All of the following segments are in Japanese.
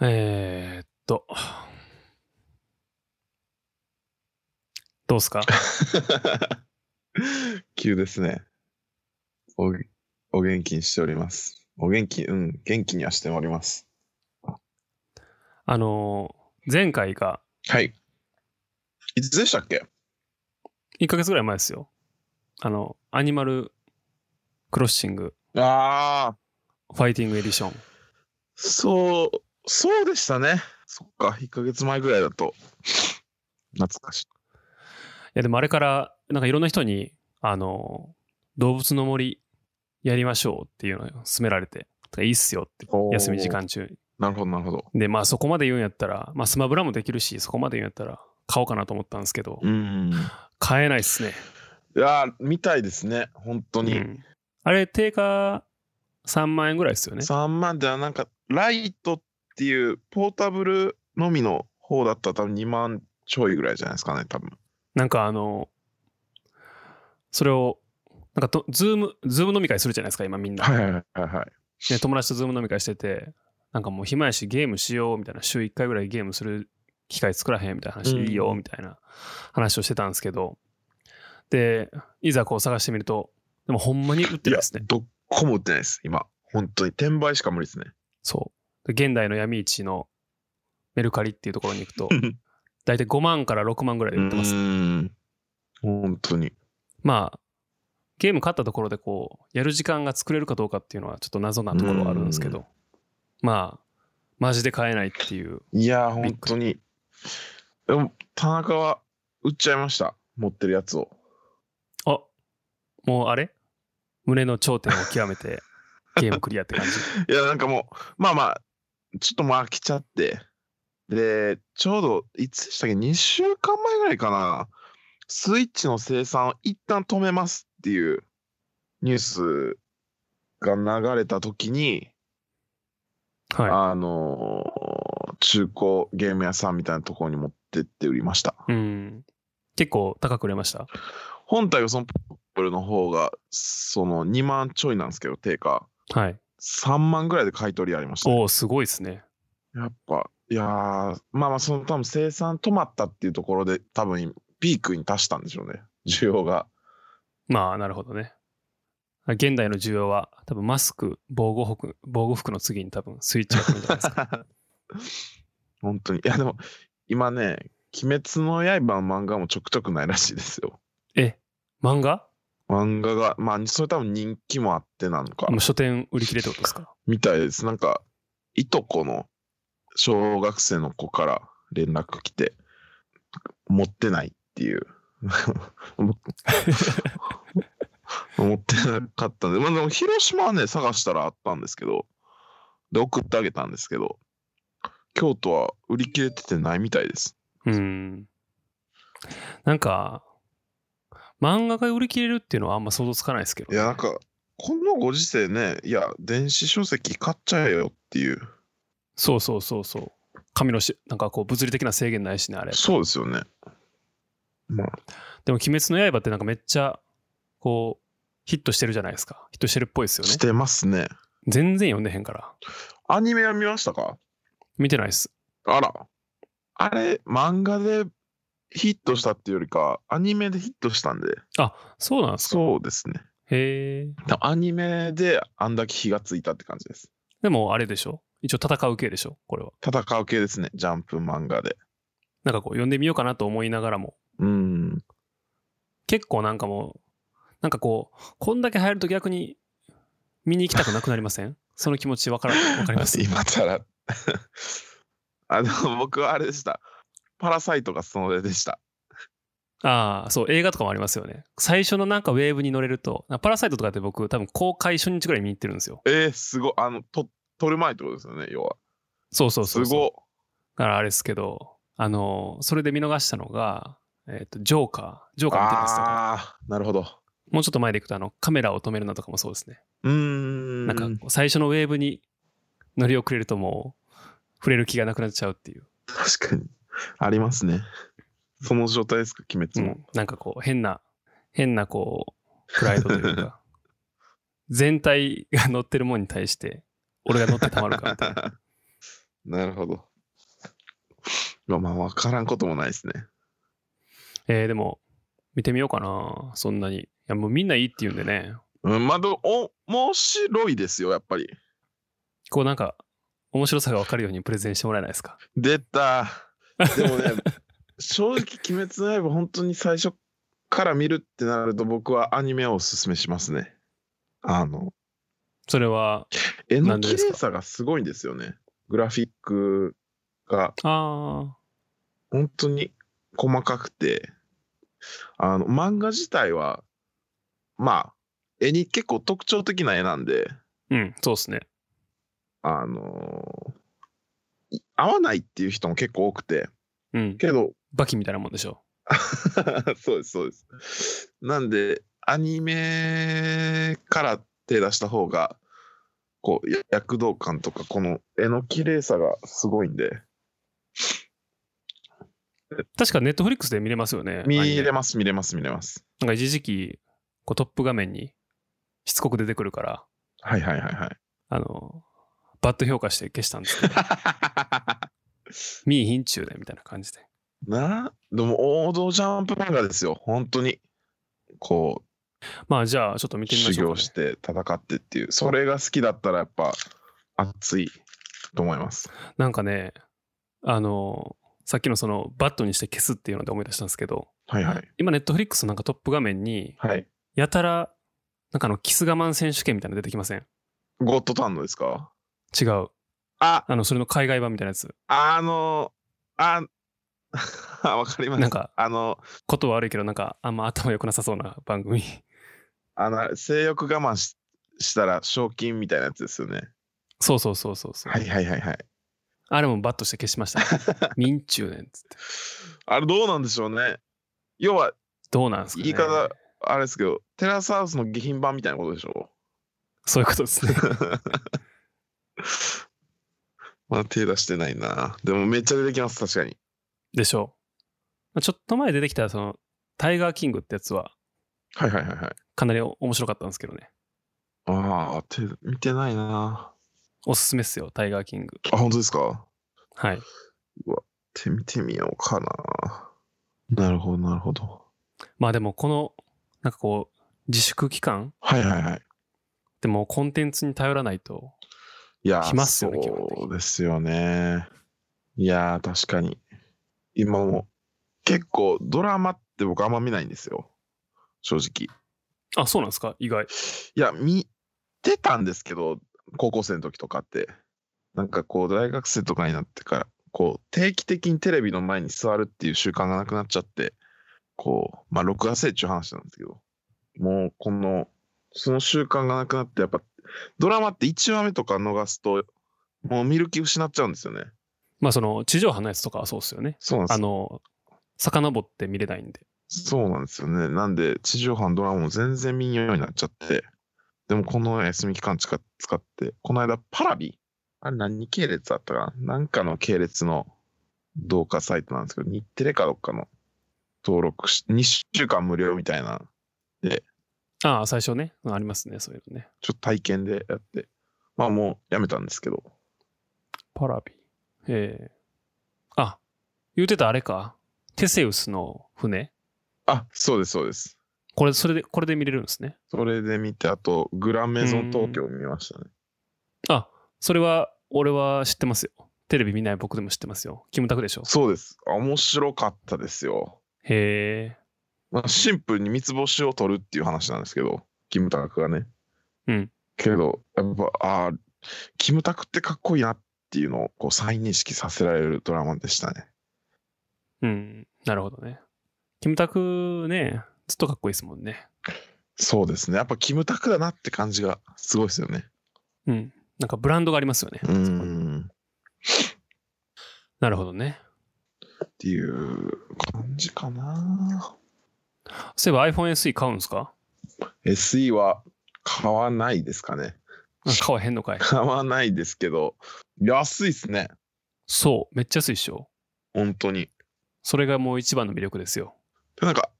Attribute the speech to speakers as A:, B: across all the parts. A: えー、っと。どうっす か
B: 急ですね。お、お元気にしております。お元気、うん、元気にはしております。
A: あのー、前回が
B: はい。いつでしたっけ
A: 1ヶ月ぐらい前ですよ。あの、アニマルクロッシング
B: ああ、
A: ファイティングエディション。
B: そう、そうでしたね。そっか、1ヶ月前ぐらいだと。懐かしい。
A: いやでもあれからなんかいろんな人にあの動物の森やりましょうっていうのを勧められてとかいいっすよって
B: おー
A: 休み時間中
B: なるほど、なるほど。
A: にでまあそこまで言うんやったら、まあ、スマブラもできるしそこまで言うんやったら買おうかなと思ったんですけど
B: うん。
A: 買えないっすね、
B: いやー、みたいですね。本当に。
A: うんあれ定価3万円ぐらいですよね
B: 3万ではなんか、ライトっていうポータブルのみの方だったら多分2万ちょいぐらいじゃないですかね、多分。
A: なんかあのそれをなんかとズームズーム飲み会するじゃないですか今みんな、
B: はいはいはいはい。
A: で友達とズーム飲み会しててなんかもう暇やしゲームしようみたいな週1回ぐらいゲームする機会作らへんみたいな話、
B: うん
A: いいよみたいな話をしてたんですけどでいざこう探してみるとでもほんまに売ってるんですね
B: どっこも売ってないです、今。本当に。転売しか無理ですね。
A: そうで現代の闇市のメルカリっていうところに行くと 大体5万から6万ぐらいで売ってます、
B: うーん本当に。
A: まあゲーム買ったところでこうやる時間が作れるかどうかっていうのはちょっと謎なところはあるんですけど、まあマジで買えないっていう
B: いやー、本当に。でも、田中は売っちゃいました。持ってるやつを。
A: あもうあれ胸の頂点を極めてゲームクリアって感じ。
B: いや、なんかもう、まあまあ、ちょっともう飽きちゃって。で、ちょうど、いつでしたっけ ?2 週間前ぐらいかな。スイッチの生産を一旦止めますっていうニュースが流れた時に、
A: は
B: あのー中古ゲーム屋さんみたいなところに持ってって売りました。
A: い。うん。結構高く売れました。
B: 本体はそのポップルの方が、その2万ちょいなんですけど、定価。
A: はい。
B: 3万ぐらいで買い取りありましたね、
A: おお、すごいですね。
B: やっぱ、いやー、まあまあ、その多分生産止まったっていうところで、多分ピークに達したんでしょうね、需要が。
A: まあ、なるほどね。現代の需要は多分マスク、防護服、防護服の次に多分スイッチが来るんじゃないです か。
B: 本当に。いや、でも、今ね、鬼滅の刃の漫画もちょくちょくないらしいですよ。
A: え、漫画
B: 漫画が、まあ、それ多分人気もあってなのか。
A: もう書店売り切れってことですか
B: みたいです。なんか、いとこの小学生の子から連絡来て、持ってないっていう。 持ってなかったんで、まあでも広島はね、探したらあったんですけど、で、送ってあげたんですけど、京都は売り切れててないみたいです。
A: うん。なんか、漫画が売り切れるっていうのはあんま想像つかないですけど、
B: いや、なんか、このご時世ね、いや、電子書籍買っちゃえよっていう。
A: そうそうそうそう。紙のし、なんかこう物理的な制限ないしね、あれ。
B: そうですよね。まあ、
A: でも「鬼滅の刃」ってなんかめっちゃこうヒットしてるじゃないですかヒットしてるっぽいですよね
B: してますね。
A: 全然読んでへんから
B: アニメは見ましたか
A: 見てないっす
B: あら。あれ、漫画でヒットしたっていうよりか、アニメでヒットしたんで。
A: あそうなんですか
B: そうですね。
A: へえ
B: 多分アニメであんだけ火がついたって感じです。
A: でもあれでしょ一応戦う系でしょこれは
B: 戦う系ですね、ジャンプ漫画で。
A: なんかこう読んでみようかなと思いながらも
B: うん。
A: 結構なんかもうなんかこうこんだけ流行ると逆に見に行きたくなくなりま せんその気持ちわからわかります
B: 今から。 あの、僕はあれでした。パラサイトがそれでした。
A: ああそう映画とかもありますよね最初のなんかウェーブに乗れると「パラサイト」とかって僕多分公開初日ぐらいに見に行ってるんですよ
B: えー、すごい。あの、と撮る前ってことですよね、要は。
A: そうそう
B: す
A: そうそう
B: ごい。
A: だからあれですけど、あの、それで見逃したのが、えっ、と、ジョーカー。ジョーカー見てますとか、
B: ああー、なるほど。
A: もうちょっと前でいくと、あの、カメラを止めるなとかもそうですね。
B: うーん。
A: なんか、最初のウェーブに乗り遅れるともう、触れる気がなくなっちゃうっていう。
B: 確かに。ありますね。その状態ですか、鬼
A: う
B: 滅も。
A: んなんかこう、変な、変なこう、プライドというか、 全体が乗ってるもんに対して、俺が乗ってたまるかみたいな。
B: なるほど。まあまあ、わからんこともないですね。
A: えー、でも、見てみようかな。そんなに。いや、もうみんないいって言うんでね。
B: うん、まあ、でもお、面白いですよ、やっぱり。
A: こうなんか、面白さがわかるようにプレゼンしてもらえないですか。
B: 出た。でも ね、正直、鬼滅の刃、本当に最初から見るってなると、僕はアニメをおすすめしますね。あの、
A: それは、
B: 絵
A: な
B: の
A: んで
B: 綺
A: ですか
B: 麗さがすごいんですよね。グラフィックが
A: あ
B: 本当に細かくて、あの、漫画自体は、まあ、絵に結構特徴的な絵なんで、
A: ー、うん、そうですね。
B: あのーい合わないっていう人も結構多くて、
A: うん。
B: けど、
A: バキみたいなもんでしょ。
B: そうです、そうです。なんで、アニメから手出した方が、こう、や躍動感とか、この絵の綺麗さがすごいんで、
A: 確かネットフリックスで見れますよね。
B: 見
A: アニメ
B: れます、見れます、見れます。
A: なんか一時期、こうトップ画面にしつこく出てくるから、
B: はいはいはいはい。
A: あの、バッド評価して消したんですけど、見いひんちゅうでみたいな感じで。
B: なでも王道ジャンプ漫画ですよ本当にこ
A: まあじゃあ、ちょっと見
B: う
A: てみま
B: 修
A: しょう
B: 行
A: か、ね
B: し。て戦ってっていうそれが好きだったらやっぱ熱いと思います
A: なんかね、あの、さっきのそのバットにして消すっていうので思い出したんですけど、
B: はいはい
A: 今ネットフリックスのなんかトップ画面に、
B: はい
A: やたら、なんかあの、キス我慢選手権みたいなの出てきません
B: ゴッドタンドですか
A: 違う。
B: あ
A: あの、それの海外版みたいなやつ。
B: あのあ わかります
A: なんか
B: あの
A: ことは悪いけど、なんかあんま頭良くなさそうな番 組。
B: あの性欲我慢ししたら賞金みたいなやつですよね
A: そうそうそうそうそう。
B: はいはいはいはい
A: あれもバットして消しま した。民中年っつって。
B: あれどうなんでしょうね要は
A: どうなんですか、ね、
B: 言い方あれですけどテラスハウスの下品版みたいなことでしょう
A: そういうことですね。
B: まだ手出してないな。でもめっちゃ出てきます、確かに。
A: でしょう。まあちょっと前出てきた、その、タイガーキングってやつは、
B: はいはいはいはい。
A: かなりお面白かったんですけどね。
B: ああ、手、見てないな。
A: おすすめっすよ、タイガーキング。
B: あ、本当ですか
A: はい。
B: 手見てみようかな。なるほど、なるほど。
A: まあでも、この、なんかこう、自粛期間
B: はいはいはい。
A: でもうコンテンツに頼らないと、
B: いやー、
A: 来ますよね基本的に
B: そうですよね。いやー、確かに。今も、結構ドラマって僕あんま見ないんですよ。正直。
A: あ、そうなんですか意外。
B: いや、見てたんですけど、高校生の時とかって、なんかこう、大学生とかになってから、こう、定期的にテレビの前に座るっていう習慣がなくなっちゃって、こう、まあ、録画せえっちゅう話なんですけど、もう、この、その習慣がなくなって、やっぱ、ドラマって1話目とか逃すと、もう見る気失っちゃうんですよね。
A: まあその、地上波のやつとかはそうっすよね。
B: そうなんで
A: あ
B: す
A: の、遡って見れないんで。
B: そうなんですよね。なんで、地上波のドラマも全然見んようになっちゃって、でもこの休み期間使使って、この間、パラビあれ何系列あったかななんかの系列の動画サイトなんですけど、日テレかどっかの登録し、2週間無料みたいな、
A: ああ、最初ね。うんありますね、そういうのね。
B: ちょっと体験でやって、まあもうやめたんですけど、
A: パラビ。ええあ、言うてたあれか。テセウスの船
B: あ、そうです、そうです。
A: これ、それで、これで見れるんですね。
B: それで見て、あと、グランメゾン東京見ましたね。
A: あ、それは、俺は知ってますよ。テレビ見ない僕でも知ってますよ。キムタクでしょ。
B: そうです。あ面白かったですよ。
A: へ
B: まあ、シンプルに三つ星を取るっていう話なんですけど、キムタクがね。
A: うん。
B: けど、やっぱ、ああ、キムタクってかっこいいなっていうのをこう再認識させられるドラマでしたね。
A: え。うん。なるほどね。キムタクね、ずっとかっこいいですもんね。
B: そうですね。やっぱキムタクだなって感じがすごいですよね。
A: うん。なんかブランドがありますよね。
B: うーん。
A: なるほどね。
B: っていう感じかな。
A: そういえば iPhone SE 買うんですか
B: SE は買わないですかね。
A: あ買わへんのかい。
B: 買わないですけど、安いですね。
A: そう。めっちゃ安いっしょ。
B: 本当に。
A: それがもう一番の魅力ですよ。
B: でなんか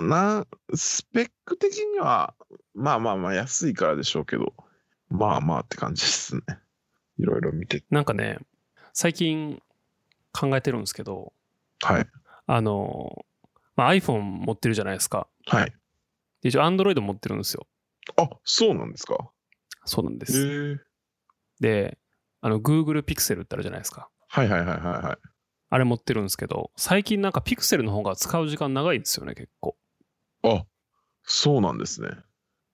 B: なんスペック的にはまあまあまあ安いからでしょうけどまあまあって感じですねいろいろ見て
A: なんかね、最近考えてるんですけど、
B: はい。
A: あの、まあ、iPhone 持ってるじゃないですか。
B: はい。
A: で一応 Android 持ってるんですよ。
B: あ、そうなんですか。
A: そうなんで
B: へえ
A: す。で、あの Google Pixel ってあるじゃないですか。
B: はいはいはいはいはい。
A: あれ持ってるんですけど、最近なんか Pixel の方が使う時間長いんですよね、結構。
B: あ、そうなんですね。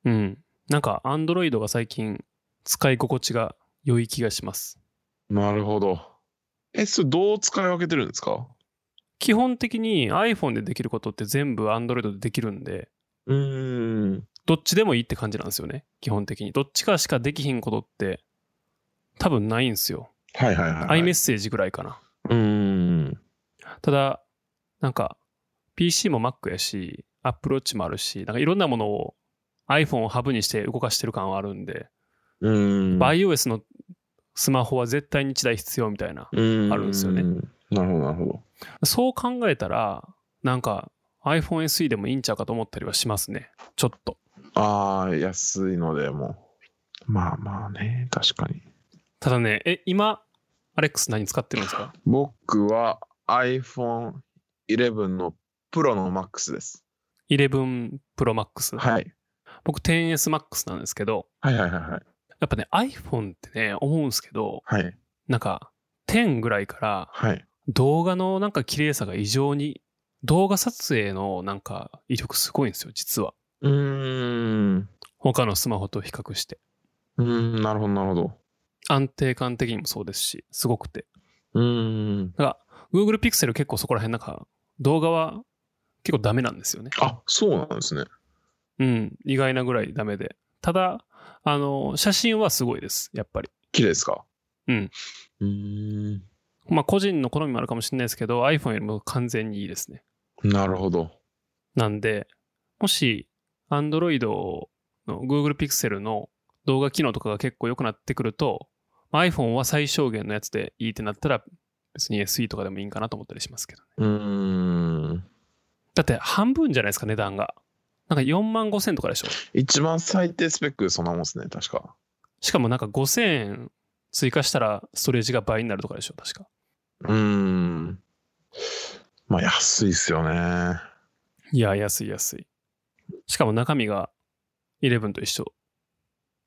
A: うん。なんか Android が最近使い心地が良い気がします。
B: なるほど。え、それどう使い分けてるんですか
A: 基本的に iPhone でできることって全部 Android でできるんで、
B: うーん。
A: どっちでもいいって感じなんですよね。基本的に。どっちかしかできひんことって多分ないんですよ。
B: はいはいはい、はい。
A: iMessage ぐらいかな。
B: うーん。
A: ただ、なんか PC も Mac やし、Apple Watch もあるし、なんかいろんなものを iPhone をハブにして動かしてる感はあるんで、
B: うーん。
A: iOS のスマホは絶対に1台必要みたいな。
B: うーん
A: あるんですよね。
B: なるほどなるほど。
A: そう考えたら、なんか iPhone SE でもいいんちゃうかと思ったりはしますね。ちょっと。
B: ああ、安いのでもう。まあまあね、確かに。
A: ただね、え、今、アレックス何使ってるんですか
B: 僕は iPhone 11の Pro の Max です。
A: 11 Pro Max、
B: はい。
A: 僕 10S Max なんですけど、
B: はいはいはいはい。
A: やっぱね、iPhone ってね、思うんですけど、
B: はい。
A: なんか、10ぐらいから
B: はい。
A: 動画のなんか綺麗さが異常に、動画撮影のなんか威力すごいんですよ、実は。
B: うーん。
A: 他のスマホと比較して。
B: うーん、なるほどなるほど。
A: 安定感的にもそうですし、すごくて。
B: うーん。
A: だから Google Pixel 結構そこら辺なんか、動画は結構ダメなんですよね。
B: あ、そうなんですね。
A: うん、意外なぐらいダメで。ただ、あの、写真はすごいです、やっぱり。
B: 綺麗ですか
A: うん。
B: うーん。
A: まあ、個人の好みもあるかもしれないですけど、iPhone よりも完全にいいですね。
B: なるほど。
A: なんで、もし、Android の Google Pixel の動画機能とかが結構良くなってくると、まあ iPhone は最小限のやつでいいってなったら、別に SE とかでもいいんかなと思ったりしますけどね。
B: うーん。
A: だって、半分じゃないですか、値段が。なんか4万5千とかでしょ。
B: 一番最低スペックそんなもんですね、確か。
A: しかもなんか5千円追加したらストレージが倍になるとかでしょ、確か。
B: うーん。まあ安いっすよね。
A: いや、安い安い。しかも中身が11と一緒。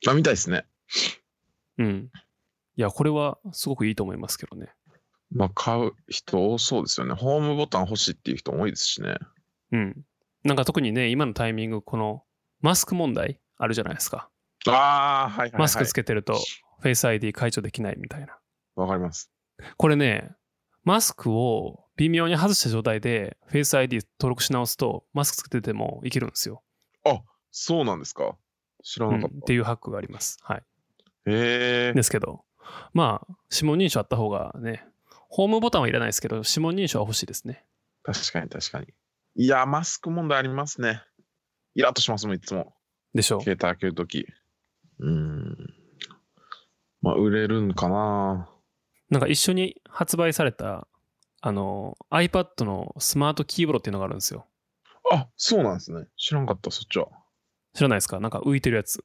B: あ、見たいですね。
A: うん。いや、これはすごくいいと思いますけどね。
B: まあ買う人多そうですよね。ホームボタン欲しいっていう人も多いですしね。
A: うん。なんか特にね、今のタイミング、このマスク問題あるじゃないですか。
B: ああ、はいはい、はい。
A: マスクつけてると、フェイス ID 解除できないみたいな。
B: わかります。
A: これね、マスクを微妙に外した状態で、フェイス ID 登録し直すと、マスクつけててもいけるんですよ。
B: そうなんですか。知ら
A: うん
B: な
A: っ
B: かった。
A: ていうハックがあります。はい。
B: へえ
A: ですけど、まあ、指紋認証あった方がね、ホームボタンはいらないですけど、指紋認証は欲しいですね。
B: 確かに確かに。いや、マスク問題ありますね。イラッとしますもん、いつも。
A: でしょう。
B: 携帯開けるとき。うーん。まあ、売れるんかな。
A: なんか一緒に発売された、あの、iPad のスマートキーボードっていうのがあるんですよ。
B: あ、そうなんですね。知らんかった、そっちは。
A: 知らないですかなんか浮いてるやつ。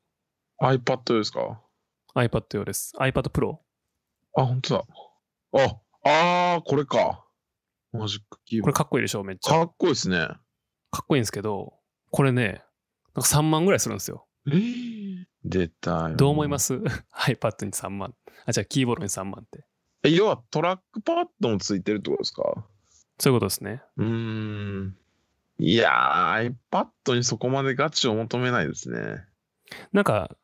B: iPad ですか
A: iPad 用です。iPad Pro。
B: あ、本当だ。あ、あー、これか。マジックキー
A: こ
B: ボ
A: れ
B: ード。
A: かっこいいでしょめっちゃ。
B: かっこいいですね。
A: かっこいいんですけど、これね、なんか3万ぐらいするんですよ。
B: えー出たよ。
A: どう思います ?iPad に3万。あ、じゃあキーボードに3万って。
B: え要はトラックパッドもついてるってことですか
A: そういうことですね。
B: うーん。いやー、iPad にそこまでガチを求めないですね。
A: なんか、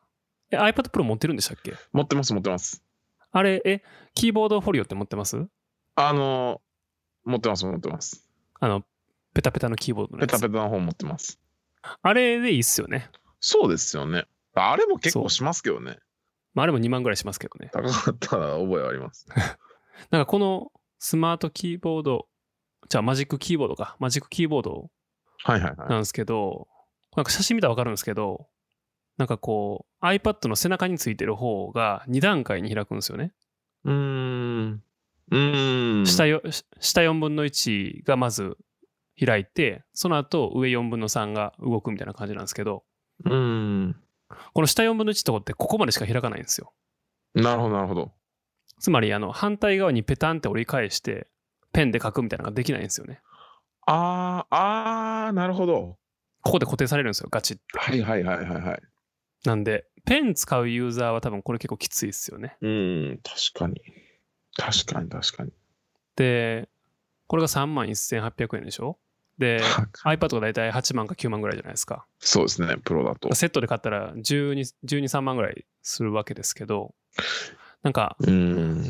A: え iPad Pro 持ってるんでしたっけ
B: 持ってます、持ってます。
A: あれ、え、キーボードフォリオって持ってます
B: あのー、持ってます、持ってます。
A: あの、ペタペタのキーボードの
B: ペ
A: やつ
B: タペタの方持ってます。
A: あれでいいっすよね。
B: そうですよね。あれも結
A: そう
B: 構しますけどね。
A: まあ、あれも2万ぐらいしますけどね。
B: 高かったら覚えあります。
A: なんかこのスマートキーボード、じゃあマジックキーボードか。マジックキーボード
B: はいはいはい。
A: なんですけど、なんか写真見たらわかるんですけど、なんかこう iPad の背中についてる方が2段階に開くんですよね。
B: うーん。うーん。
A: 下よ下4分の1がまず開いて、その後上4分の3が動くみたいな感じなんですけど、
B: うーん。
A: この下4分の1とこってここまでしか開かないんですよ。
B: なるほど、なるほど。
A: つまり、あの、反対側にペタンって折り返して、ペンで書くみたいなのができないんですよね。
B: あー、あー、なるほど。
A: ここで固定されるんですよ、ガチって。
B: はいはいはいはいはい。
A: なんで、ペン使うユーザーは多分これ結構きついですよね。
B: うん、確かに。確かに確かに。
A: で、これが3万1800円でしょ で、iPad が大体8万か9万ぐらいじゃないですか。
B: そうですね、プロだと。
A: セットで買ったら12、12、3万ぐらいするわけですけど、なんか
B: うん。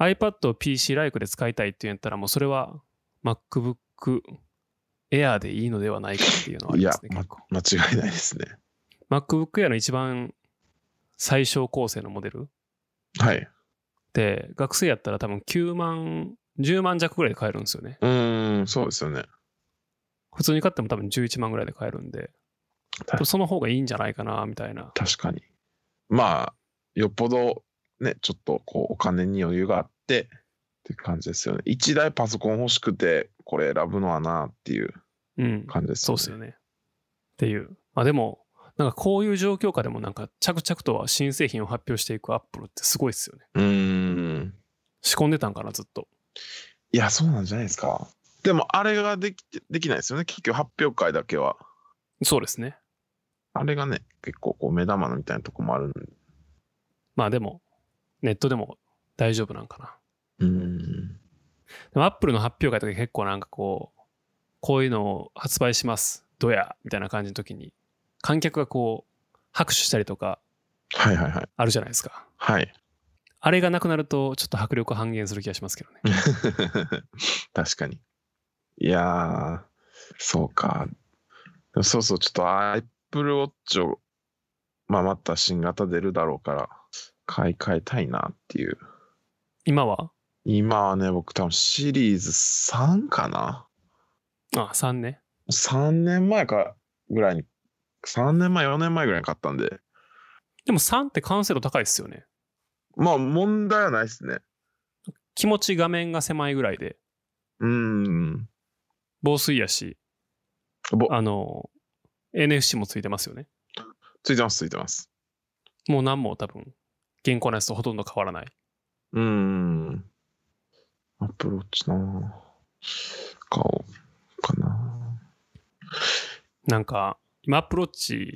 A: iPad を PC ライクで使いたいって言うんやったら、もうそれは MacBook Air でいいのではないかっていうのはあ
B: い
A: り
B: や
A: ますね、。
B: ま
A: 結構。
B: 間違いないですね。
A: MacBook Air の一番最小構成のモデル
B: はい。
A: で、学生やったら多分9万、10万弱ぐらいで買えるんですよね。
B: うん、そうですよね。
A: 普通に買っても多分11万ぐらいで買えるんで、多分その方がいいんじゃないかな、みたいな。
B: 確かに。まあ、よっぽど、ね、ちょっとこう、お金に余裕があってっていう感じですよね。一台パソコン欲しくて、これ選ぶのはなっていう
A: うん。
B: 感じです
A: そう
B: よ
A: っ
B: ね。
A: すよね。っていう。まあでも、なんかこういう状況下でもなんか着々とは新製品を発表していくアップルってすごいっすよね。
B: うーん。
A: 仕込んでたんかな、ずっと。
B: いや、そうなんじゃないですか。でも、あれができてできないですよね。結局、発表会だけは。
A: そうですね。
B: あれがね、結構こう目玉みたいなとこもあるんで。
A: まあでも、ネットでも大丈夫なんかな。
B: うーん。
A: でもアップルの発表会とか結構なんかこう、こういうのを発売します、どや、みたいな感じの時に、観客がこう、拍手したりとか
B: はいはいはい。
A: あるじゃないですか。
B: はい。
A: あれがなくなると、ちょっと迫力半減する気がしますけどね。
B: 確かに。いやー、そうか。でもそうそう、ちょっと Apple Watch を、まあ、また新型出るだろうから、買い替えたいなっていう。
A: 今は
B: 今はね、僕多分シリーズ3かな
A: あ、3ね。
B: ?3 年前かぐらいに、3年前、4年前ぐらいに買ったんで、
A: でも3って完成度高いですよね。
B: まあ問題はないですね。
A: 気持ち画面が狭いぐらいで、
B: うーん。
A: 防水やし、
B: ぼ
A: あの、NFC もついてますよね。
B: ついてます、ついてます。
A: もう何も多分、現行のやつとほとんど変わらない。
B: うーん。アプローチな顔かな
A: なんか、今アプローチ、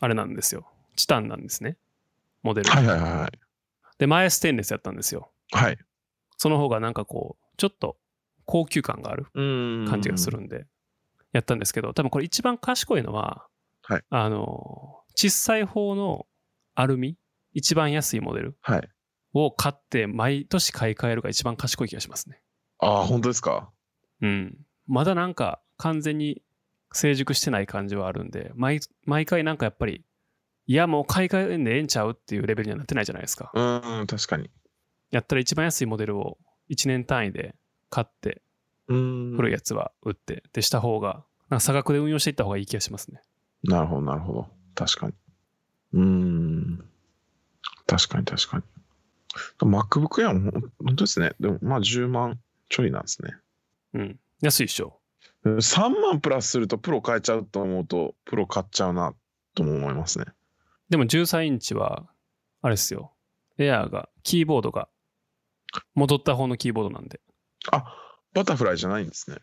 A: あれなんですよ。チタンなんですね。モデル。
B: はいはいはいはい。
A: で、前ステンレスやったんですよ。
B: はい。
A: その方がなんかこう、ちょっと高級感がある
B: うーん
A: 感じがす。るんで、やったんですけど、多分これ一番賢いのは、
B: はい
A: あの、小さい方のアルミ、一番安いモデル
B: はい。
A: を買って毎年買い替えるが一番賢い気がしますね。
B: ああ、本当ですか。
A: うん。まだなんか完全に成熟してない感じはあるんで、毎毎回なんかやっぱり、いやもう買い替えんでええんちゃうっていうレベルにはなってないじゃないですか。
B: うーん、確かに。
A: やったら一番安いモデルを1年単位で買って、
B: うーん。
A: 古いやつは売って、でした方が、なんか差額で運用していった方がいい気がしますね。
B: なるほど、なるほど。確かに。うーん。確かに、確かに。MacBook Air もほん本当ですね。でも、まあ10万ちょいなんですね。
A: うん。安いっしょ。
B: うん3万プラスするとプロ買えちゃうと思うと、プロ買っちゃうなとも思いますね。
A: でも13インチは、あれですよ。エアーが、キーボードが、戻った方のキーボードなんで。
B: あ、バタフライじゃないんですね。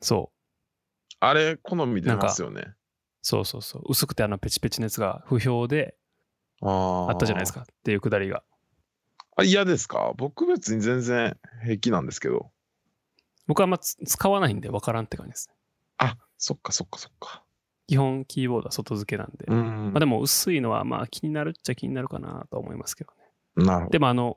A: そう。
B: あれ、好み出ますよね。
A: そうそうそう。薄くてあのペチペチのやつが不評で
B: あ
A: あったじゃないです
B: か。
A: か。っていうくだりが。
B: あ嫌ですか僕別に全然平気なんですけど。
A: 僕はあんまつ使わないんで分からんって感じですね。
B: あ、そっかそっかそっか。
A: 基本キーボードは外付けなんで。
B: う
A: ま
B: ん
A: あ。でも薄いのはまあ気になるっちゃ気になるかなとは思いますけどね。
B: なるほど。
A: でもあの、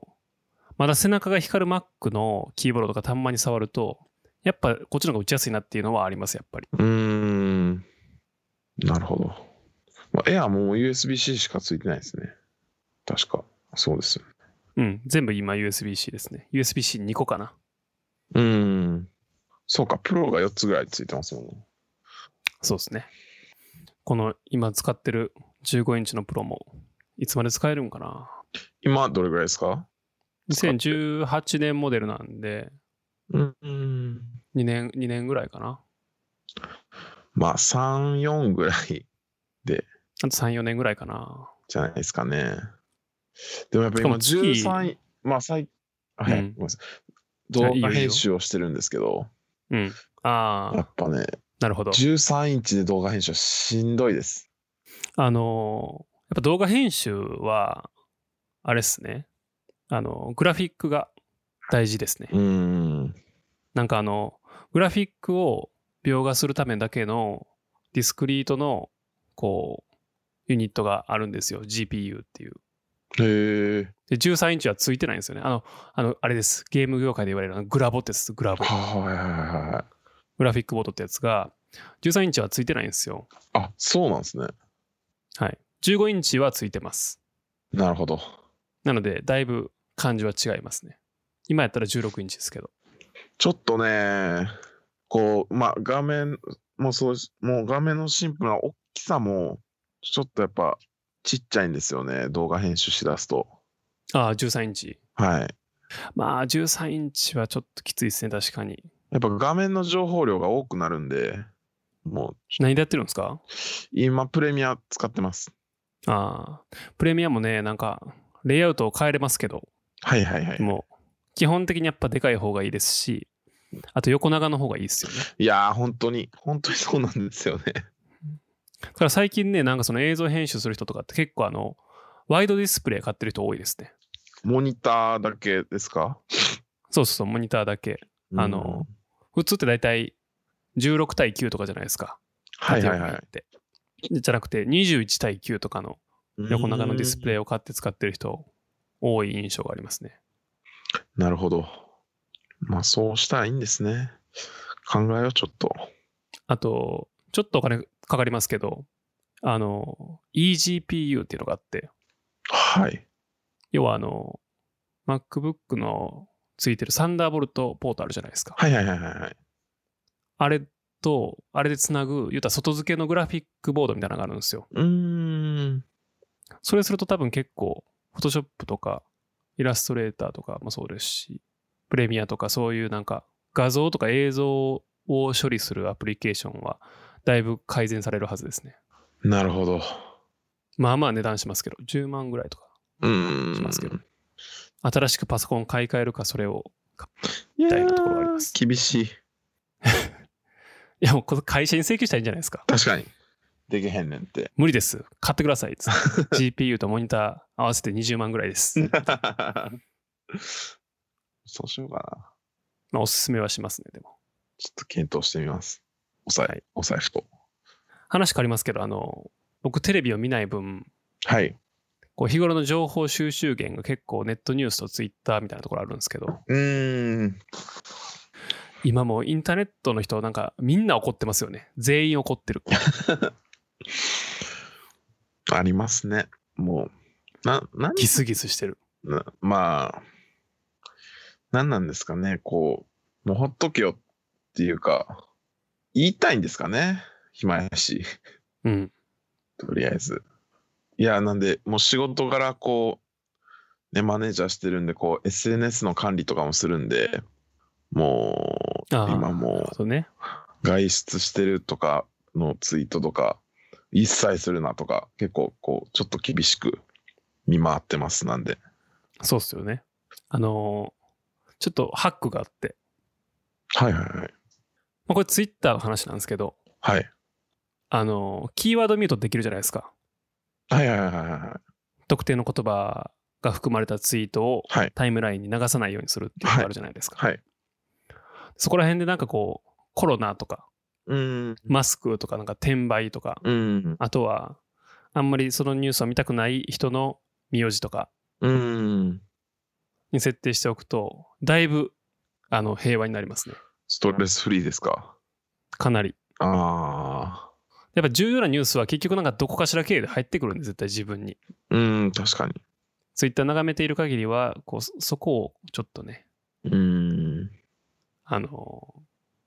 A: まだ背中が光る Mac のキーボードとかたんまに触ると、やっぱこっちの方が打ちやすいなっていうのはあります、やっぱり。
B: うーん。なるほど。まあ、エアも USB-C しかついてないですね。確か。そうですよね。
A: うん。全部今 USB-C ですね。USB-C2 個かな。
B: うーん。そうか、プロが4つぐらいついてますもんね。
A: そうですね。この今使ってる15インチのプロも、いつまで使えるんかな。
B: 今、どれぐらいですか
A: 2018年モデルなんで、
B: うん。
A: 2年、2年ぐらいかな。
B: まあ、3、4ぐらい
A: あと3、4年ぐらいかな。
B: じゃないですかね。でもやっ
A: しか
B: ぱり今
A: も月
B: 13、まあ、最、はい、
A: うん
B: ごめんなさい。
A: い
B: 動
A: いよいいよ
B: 画編集をしてるんですけど、
A: うん。
B: や
A: ああ、
B: っぱね、
A: なるほど。
B: 13インチで動画編集はしんどいです。
A: あのーやっぱ動画編集は、あれっすね。あの、グラフィックが大事ですね。
B: うーん。
A: なんかあの、グラフィックを描画するためだけのディスクリートの、こう、ユニットがあるんですよ。GPU っていう。
B: へ
A: で、
B: え。
A: 13インチはついてないんですよね。あの、あの、あれです。ゲーム業界で言われるあのグラボってやつです。グラボ。
B: はいはいはいはい。
A: グラフィックボードってやつが、13インチはついてないんですよ。
B: あ、そうなんですね。
A: はい。15インチはついてます。
B: なるほど。
A: なので、だいぶ感じは違いますね。今やったら16インチですけど。
B: ちょっとね、こう、まあ、画面もそうし、もう画面のシンプルな大きさも、ちょっとやっぱちっちゃいんですよね、動画編集しだすと。
A: ああ、13インチ。
B: はい。
A: まあ、13インチはちょっときついですね。確かに。
B: やっぱ画面の情報量が多くなるんで、もう、
A: 何でやってるんですか
B: 今、プレミア使ってます。
A: ああ、プレミアもね、なんか、レイアウトを変えれますけど、
B: はいはいはい。
A: もう、基本的にやっぱでかい方がいいですし、あと横長の方がいいですよね。
B: いやー、本当に、本当にそうなんですよね。
A: だから最近ね、なんかその映像編集する人とかって結構あの、ワイドディスプレイ買ってる人多いですね。
B: モニターだけですか
A: そうそうそう、モニターだけ。あの、普通って大体16対9とかじゃないですか。
B: はいはい
A: 縦
B: は
A: 横ってじゃなくて21対9とかの
B: い。
A: 横長のディスプレイ
B: を。
A: を買って使ってる人多い印象がありますね。
B: なるほど。まあ、そうしたらいいんですね。考えよう、ちょっと。
A: あと、ちょっとお金かかりますけど、あの、eGPU っていうのがあって、
B: はい。
A: 要はあの、MacBook のついてるサンダーボルトポートあるじゃないですか。
B: はいはいはいはいはい。
A: あれと、あれでつなぐ、言ったら外付けのグラフィックボードみたいなのがあるんですよ。
B: うーん。
A: それすると多分結構、Photoshop とか、イラストレーターとかもそうですし、プレミアとかそういうなんか画像とか映像を処理するアプリケーションは、だいぶ改善されるはずですね。
B: なるほど。
A: まあまあ値段しますけど、10万ぐらいとか。
B: うーん。
A: しますけど新しくパソコン買い替えるか、それを。
B: み
A: たいなところがあります
B: 厳しい。
A: いや、もうこの会社に請求したらいいんじゃないですか。
B: 確かに。できへんねんって。
A: 無理です。買ってくださいっつって GPU とモニター合わせて20万ぐらいです。
B: そうしようかな。
A: まあ、おすすめはしますね、でも。
B: ちょっと検討してみます。お財,、
A: はい
B: お財布と。
A: 話変わりますけど、あの、僕テレビを見ない分、
B: はい。
A: こう日頃の情報収集源が結構ネットニュースとツイッターみたいなところあるんですけど、
B: うーん。
A: 今もうインターネットの人、なんかみんな怒ってますよね。全員怒ってる。
B: ありますね。もう、な、なん
A: ギスギスしてる。
B: なまあ、なんなんですかね。こう、もうほっとけよっていうか、言いたいんですかね。暇やし、
A: うん。
B: とりあえず。いや、なんで、もう仕事柄こう、ね、マネージャーしてるんで、こう、SNS の管理とかもするんで、もう、
A: ああ
B: 今
A: なる
B: もう
A: ほ、どね。
B: 外出してるとかのツイートとか一切するなとか結構こうちょっと厳しく見回ってますなんで
A: そうっすよね。あのーちょっとハックがあって、
B: はいはいはい
A: まあ、これツイッターの話なんですけど、
B: はい
A: あの、キーワードミュートできるじゃないですか。
B: はいはいはいはいはい
A: 特定の言葉が含まれたツイートを
B: はい
A: タイムラインに流さないようにするっていうのがあるじゃないですか。
B: はい
A: そこら辺でなんかこう、コロナとか、
B: うーん
A: マスクとか、なんか転売とか、
B: うーん
A: あとは、あんまりそのニュースを見たくない人の名字とか
B: うーん
A: に設定しておくと、だいぶ、あの、平和になりますね。
B: ストレスフリーですか
A: かなり。
B: あ
A: やっぱ重要なニュースは結局なんかどこかしら経由で入ってくるんで、絶対自分に。
B: ーうーん確かに
A: ツイッター眺めている限りは、こう、そそこをちょっとね、
B: うーん
A: あの、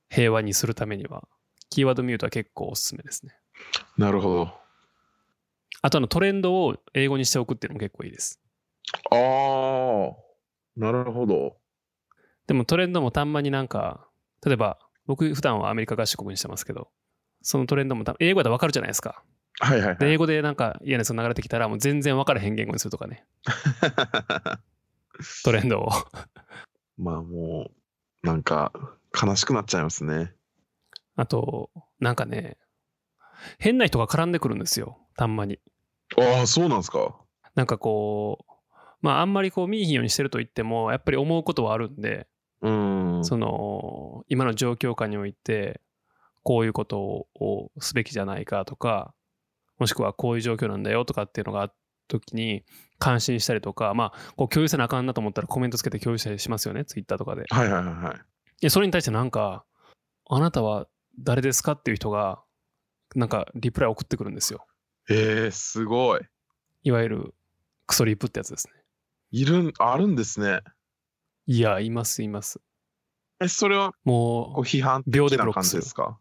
A: 平和にするためには、キーワードミュートは結構おすすめですね。
B: なるほど
A: あとあのトレンドを英語にしておくっていうのも結構いいです。
B: ああなるほど
A: でもトレンドもたんまになんか、例えば僕普段はアメリカ合宿にしてますけど、そのトレンドもた英語だとわかるじゃないですか。
B: はいはい
A: で、
B: はい
A: 英語でなんか嫌なやつが流れてきたらもう全然わからへん言語にするとかね。トレンドを。
B: まあもう、なんか、悲しくなっちゃいますね。
A: あと、なんかね、変な人が絡んでくるんですよ、たんまに。
B: ああ、そうなんですか。
A: なんかこう、まああんまりこう見えひんようにしてると言っても、やっぱり思うことはあるんで、
B: うん。
A: その、今の状況下において、こういうことをすべきじゃないかとか、もしくはこういう状況なんだよとかっていうのがあった時に、感心したりとか、まあ、こう共有せなあかんなと思ったらコメントつけて共有したりしますよね、ツイッターとかで。
B: はいはいはいはい。
A: いや、それに対してなんか、あなたは誰ですかっていう人が、なんかリプライ送ってくるんですよ。
B: ええすごい。
A: いわゆるクソリプってやつですね。
B: いるん、あるんですね。
A: いや、います、います。
B: え、それは、こう、
A: もう、
B: 批判
A: 秒で
B: 的
A: ブロ
B: な
A: ック
B: 感
A: す
B: じ
A: る
B: ですか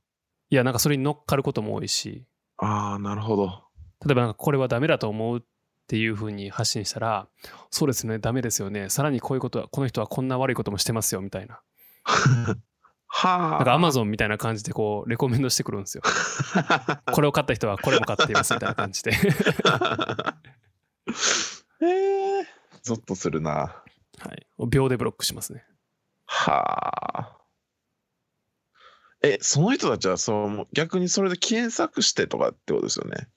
A: いや、なんかそれに乗っかることも多いし、
B: ああ、なる ほど。
A: 例えばなんかこれはダメだと思うっていうふうに発信したら、そうですね、ダメですよね。さらにこういうことは、この人はこんな悪いこともしてますよ、みたいな。
B: は
A: な
B: あ。
A: んか Amazon みたいな感じでこう、レコメンドしてくるんですよ。これを買った人はこれも買っています、みたいな感じで。
B: ええゾッとするな。
A: はい。秒でブロックしますね。
B: はあ。え、その人たちはそうもう逆にそれで検索してとかってことですよね。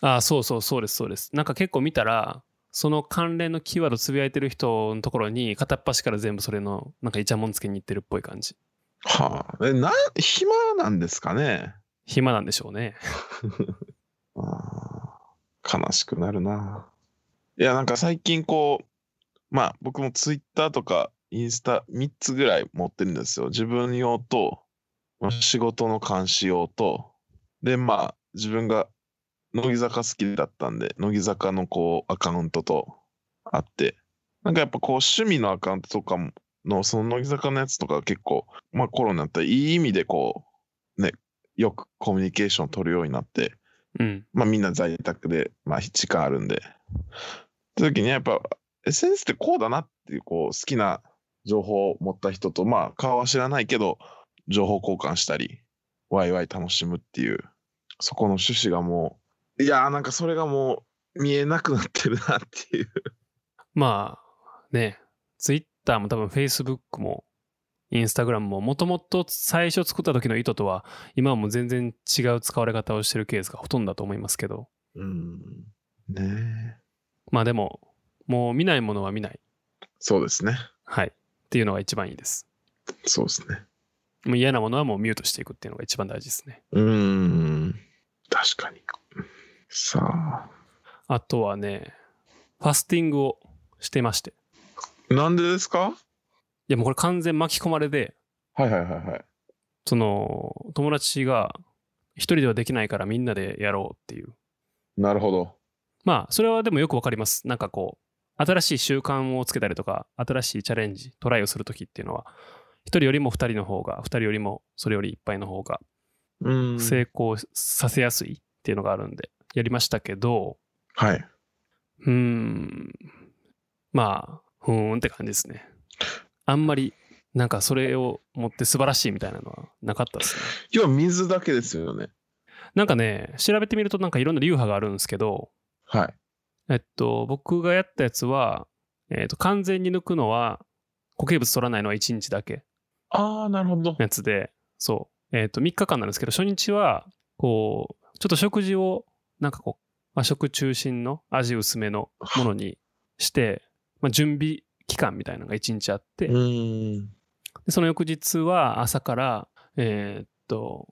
A: あそうそうそうですそうですなんか結構見たらその関連のキーワードつぶやいてる人のところに片っ端から全部それのなんかイチャモンつけに行ってるっぽい感じ
B: はあ。え、な、暇なんですかね。
A: 暇なんでしょうね
B: あー悲しくなるな。いや、なんか最近こう、まあ僕もツイッターとかインスタ3つぐらい持ってるんですよ。自分用と、まあ仕事の監視用と、で、まあ自分が乃木坂好きだったんで、乃木坂のこうアカウントとあって、なんかやっぱこう趣味のアカウントとかも、のその乃木坂のやつとか結構、まあコロナになったらいい意味でこう、ね、よくコミュニケーション取るようになって、
A: うん
B: まあみんな在宅で、まあ時間あるんで。って時にやっぱ SNS ってこうだなっていうこう好きな情報を持った人と、まあ顔は知らないけど、情報交換したり、ワイワイ楽しむっていう、そこの趣旨がもう、いやーなんかそれがもう見えなくなってるなっていう。
A: まあね Twitter も多分 Facebook も Instagram ももともと最初作った時の意図とは今はもう全然違う使われ方をしてるケースがほとんどだと思いますけど
B: うん。ねえ
A: まあでももう見ないものは見ない
B: そうですね。
A: はいっていうのが一番いいです
B: そうですね。
A: もう嫌なものはもうミュートしていくっていうのが一番大事ですね
B: うーん。確かに。さ
A: あとはね、ファスティングをしてまして。
B: あ。なんでですか
A: いやもうこれ完全巻き込まれで、
B: はいはいはいはい。
A: その友達が一人ではできないからみんなでやろうっていう。
B: なるほど。
A: まあそれはでもよくわかります。なんかこう、新しい習慣をつけたりとか、新しいチャレンジ、トライをするときっていうのは、一人よりも二人の方が、二人よりもそれよりいっぱいの方が
B: うん
A: 成功させやすいっていうのがあるんで、やりましたけど、
B: はい。
A: うーん。まあ、ふーんって感じですね。あんまり、なんかそれを持って素晴らしいみたいなのはなかったですね。
B: 要は水だけですよね。
A: なんかね、調べてみるとなんかいろんな流派があるんですけど、
B: はい。
A: えっと、僕がやったやつは、えっと、完全に抜くのは、固形物取らないのは1日だけ
B: ああ、なるほど
A: の。やつで、そう。えっと、3日間なんですけど、初日は、こう、ちょっと食事を、なんかこう、和食中心の味薄めのものにして、まあ、準備期間みたいなのが1日あって、
B: ん。
A: でその翌日は朝から、えーっと、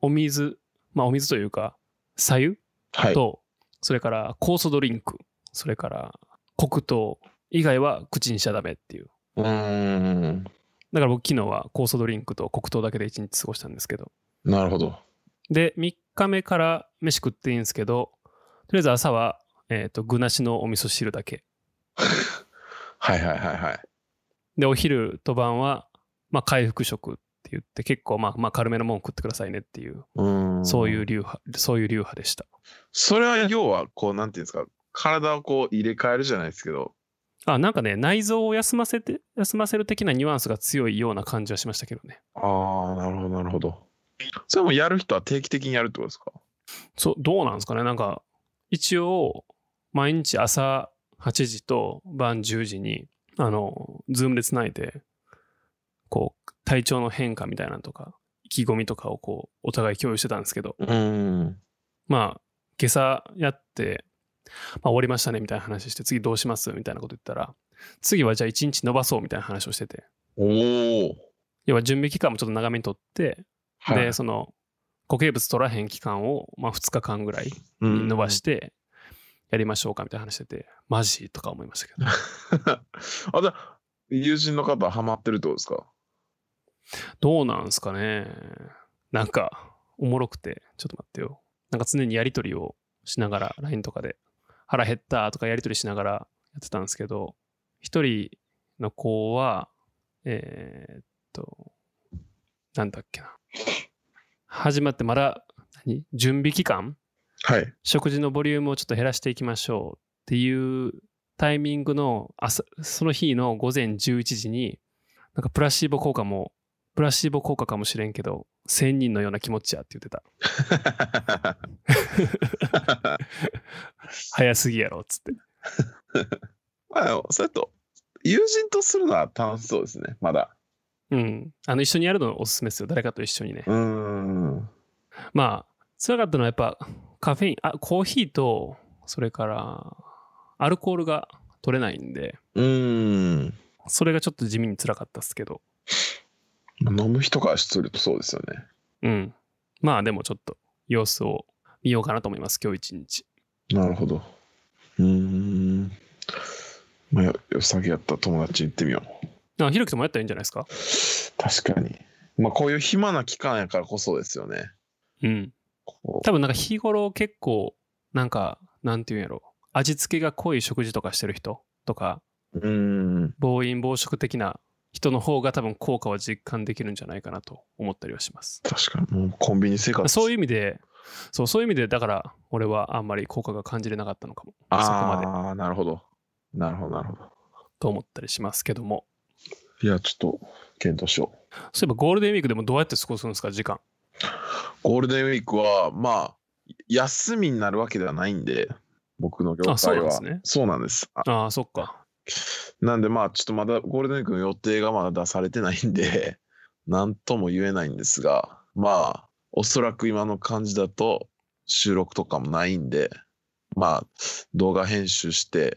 A: お水、まあお水というか、白湯
B: はい。
A: と、それから酵素ドリンク、それから黒糖以外は口にしちゃダメっていう。
B: うーん。
A: だから僕昨日は酵素ドリンクと黒糖だけで一日過ごしたんですけど。
B: なるほど。
A: で、3日目から飯食っていいんですけど、とりあえず朝は、えーっと、具なしのお味噌汁だけ。
B: はいはいはいはい。
A: で、お昼と晩は、まあ回復食って言って、結構まあまあ軽めのもん食ってくださいねっていう。
B: うーん。
A: そういう。流派、そういう流派でした。
B: それは要は、こう、なんていうんですか、体をこう入れ替えるじゃないですけど。
A: あ、なんかね、内臓を休ませて、休ませる的なニュアンスが強いような感じはしましたけどね。
B: ああ、なるほど、なるほど。それもやる人は定期的にやるってことですか
A: そう、どうなんですかねなんか、一応、毎日朝8時と晩10時にあの、ズームでつないで、こう、体調の変化みたいなのとか、意気込みとかをこう、お互い共有してたんですけど、
B: うん。
A: まあ、今朝やって、まあ、終わりましたねみたいな話して、次どうしますみたいなこと言ったら、次はじゃあ1日伸ばそうみたいな話をしてて、
B: おお。
A: 要は準備期間もちょっと長めにとって、
B: はい
A: で、その、固形物取らへん期間を、まあ、2日間ぐらい
B: うん
A: 伸ばして、やりましょうかみたいな話してて、マジとか思いましたけ ど。
B: あ、じゃあ友人の方ハマってるってことですか
A: どうなんすかねなんか、おもろくて、ちょっと待ってよ。なんか常にやりとりをしながら、LINE とかで、腹減ったとかやりとりしながらやってたんですけど、一人の子は、えーっと、なんだっけな。始まってまだ、何準備期間
B: はい。
A: 食事のボリュームをちょっと減らしていきましょうっていうタイミングの朝その日の午前11時になんかプラシーボ効果もプラシーボ効果かもしれんけど1000人のような気持ちやって言ってた早すぎやろっつって
B: まあ、それと、友人とするのは楽しそうですね、まだ。
A: うんあの一緒にやるのおすすめですよ誰かと一緒にね
B: うーん。
A: まあ辛かったのはやっぱカフェインあコーヒーとそれからアルコールが取れないんで
B: うーん。
A: それがちょっと地味に辛かったっすけど
B: 飲む人からするとそうですよね。
A: うん。まあでもちょっと様子を見ようかなと思います、今日一日。
B: なるほど。うーん。まあ、よよさげやった友達に行ってみよう。
A: あ、ひろきともやったらいいんじゃないですか
B: 確かに。まあ、こういう暇な期間やからこそですよね。
A: うん。
B: こう
A: 多分なんか日頃結構、なんか、なんていうんやろ。味付けが濃い食事とかしてる人とか、
B: うーん。
A: 暴飲暴食的な人の方が多分効果は実感できるんじゃないかなと思ったりはします。
B: 確かに。もうコンビニ生活。
A: そういう
B: う
A: 意味で、そう、そういう意味で、だから俺はあんまり効果が感じれなかったのかも。そこまで。
B: ああ、なるほど。なるほど、なるほど。
A: と思ったりしますけども。
B: いや、ちょっと検討しよう。
A: そういえばゴールデンウィークでもどうやって過ごすんですか、時間。
B: ゴールデンウィークは、まあ、休みになるわけではないんで、僕の業界は。
A: あそうなんですね
B: そうなんですあ
A: ああ、そっか。
B: なんで、まあ、ちょっとまだゴールデンウィークの予定がまだ出されてないんで、 なんとも言えないんですが、まあ、おそらく今の感じだと、収録とかもないんで、まあ、動画編集して、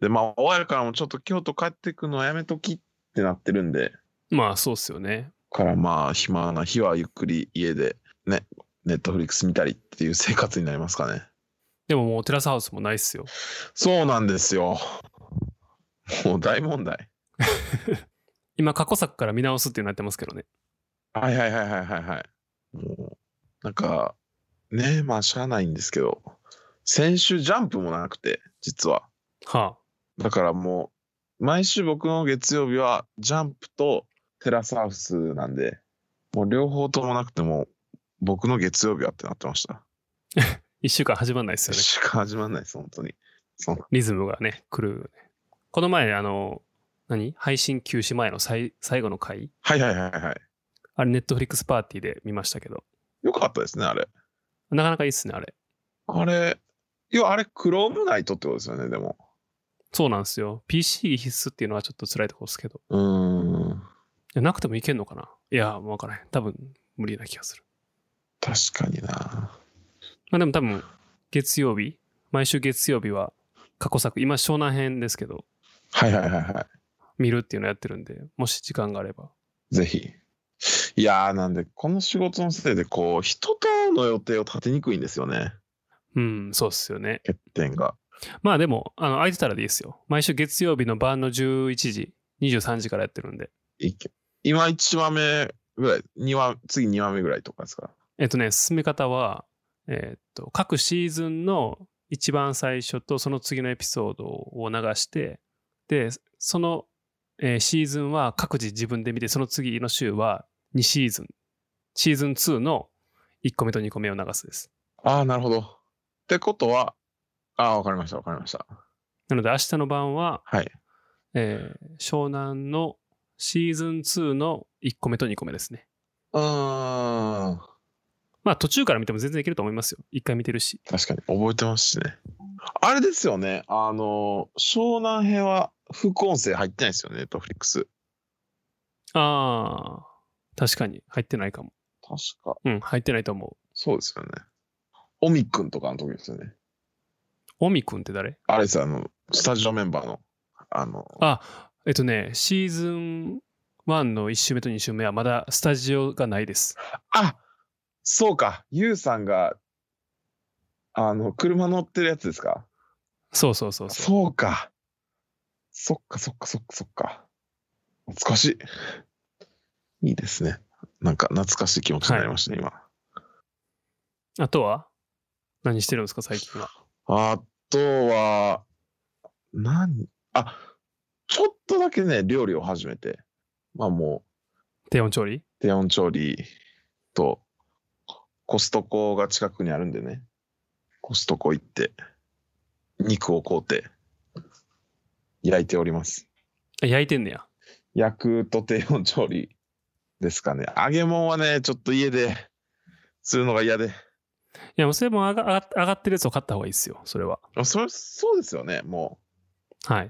B: で、まあ、終わるからもちょっと京都帰ってくのはやめときってなってるんで、
A: まあそうっすよね。
B: からまあ、暇な日はゆっくり家で、ね、ネットフリックス見たりっていう生活になりますかね。
A: でももうテラスハウスもないっすよ。
B: そうなんですよ。もう大問題。
A: 今、過去作から見直すってなってますけどね。
B: はいはいはいはいはいはい。もう、なんか、ねまあ、しゃあないんですけど、先週ジャンプもなくて、実は。
A: は
B: だからもう、毎週僕の月曜日は、ジャンプとテラスハウスなんで、もう両方ともなくても、僕の月曜日はってなってました。
A: あ。一週間始まんないっすよね。
B: しか始まんないです、本当に。そう
A: リズムがね、狂うよね。この前、あの、何配信休止前の最最後の回
B: はいはいはいはい。
A: あれ、ネットフリックスパーティーで見ましたけど。
B: よかったですね、あれ。
A: なかなかいいっすね、あれ。
B: あれ、要はあれ、クロームナイトってことですよね、でも。
A: そうなんですよ。PC 必須っていうのはちょっと辛いとこですけど。
B: うーん。
A: いやなくてもいけんのかないや、わからへん。多分、無理な気がする。
B: 確かにな。
A: まあでも多分、月曜日、毎週月曜日は過去作、今湘南編ですけど、
B: はいはいはいは
A: 見るっていうのやってるんで、もし時間があれば。
B: い。ぜひ。いやー、なんで、この仕事のせいで、こう、人との予定を立てにくいんですよね。
A: うん、そうっすよね。
B: 欠点が。
A: まあでも、あの空いてたらでいいですよ。毎週月曜日の晩の11時、23時からやってるんで。
B: いけ今1話目ぐらい、二話、次2話目ぐらいとかですか。
A: えっとね、進め方は、えっと、各シーズンの一番最初とその次のエピソードを流して、で、その、えーシーズンは各自自分で見て、その次の週は2シーズン。シーズン2の1個目と2個目を流すです。
B: ああ、なるほど。ってことは、ああ、わかりました、わかりました。
A: なので、明日の晩は、
B: はい。
A: えー湘南のシーズン2の1個目と2個目ですね。
B: うーん。
A: まあ途中から見ても全然いけると思いますよ。一回見てるし。
B: 確かに、覚えてますしね。あれですよね、あの、湘南編は副音声入ってないですよね、ネットフリックス。
A: ああ、確かに入ってないかも。
B: 確か。
A: うん、入ってないと思
B: そうですよね。オミくんとかの時ですよね。
A: う。オミくんって誰
B: あれです、あの、スタジオメンバーの、あの、
A: あ、えっとね、シーズン1の1週目と2週目はまだスタジオがないです。
B: あそうか、ゆうさんが、あの、車乗ってるやつですか
A: そうそうそうそう。
B: そうか。そっかそっかそっかそっか。懐かしい。いいですね。なんか懐かしい気持ちになりましたね、
A: あとは何してるんですか、最近は。
B: 今。あとは、何あ、ちょっとだけね、料理を始めて。まあも
A: 低温調理
B: う、低温調理と、コストコが近くにあるんでね。コストコ行って、肉を買うて、焼いております。
A: あ焼いてんねや。
B: 焼くと低温調理ですかね。揚げ物はね、ちょっと家でするのが嫌で。
A: いや、もうそれも上が上が上がってるやつを買った方がいいですよ、それは。
B: あそれそうですよね、も
A: はい。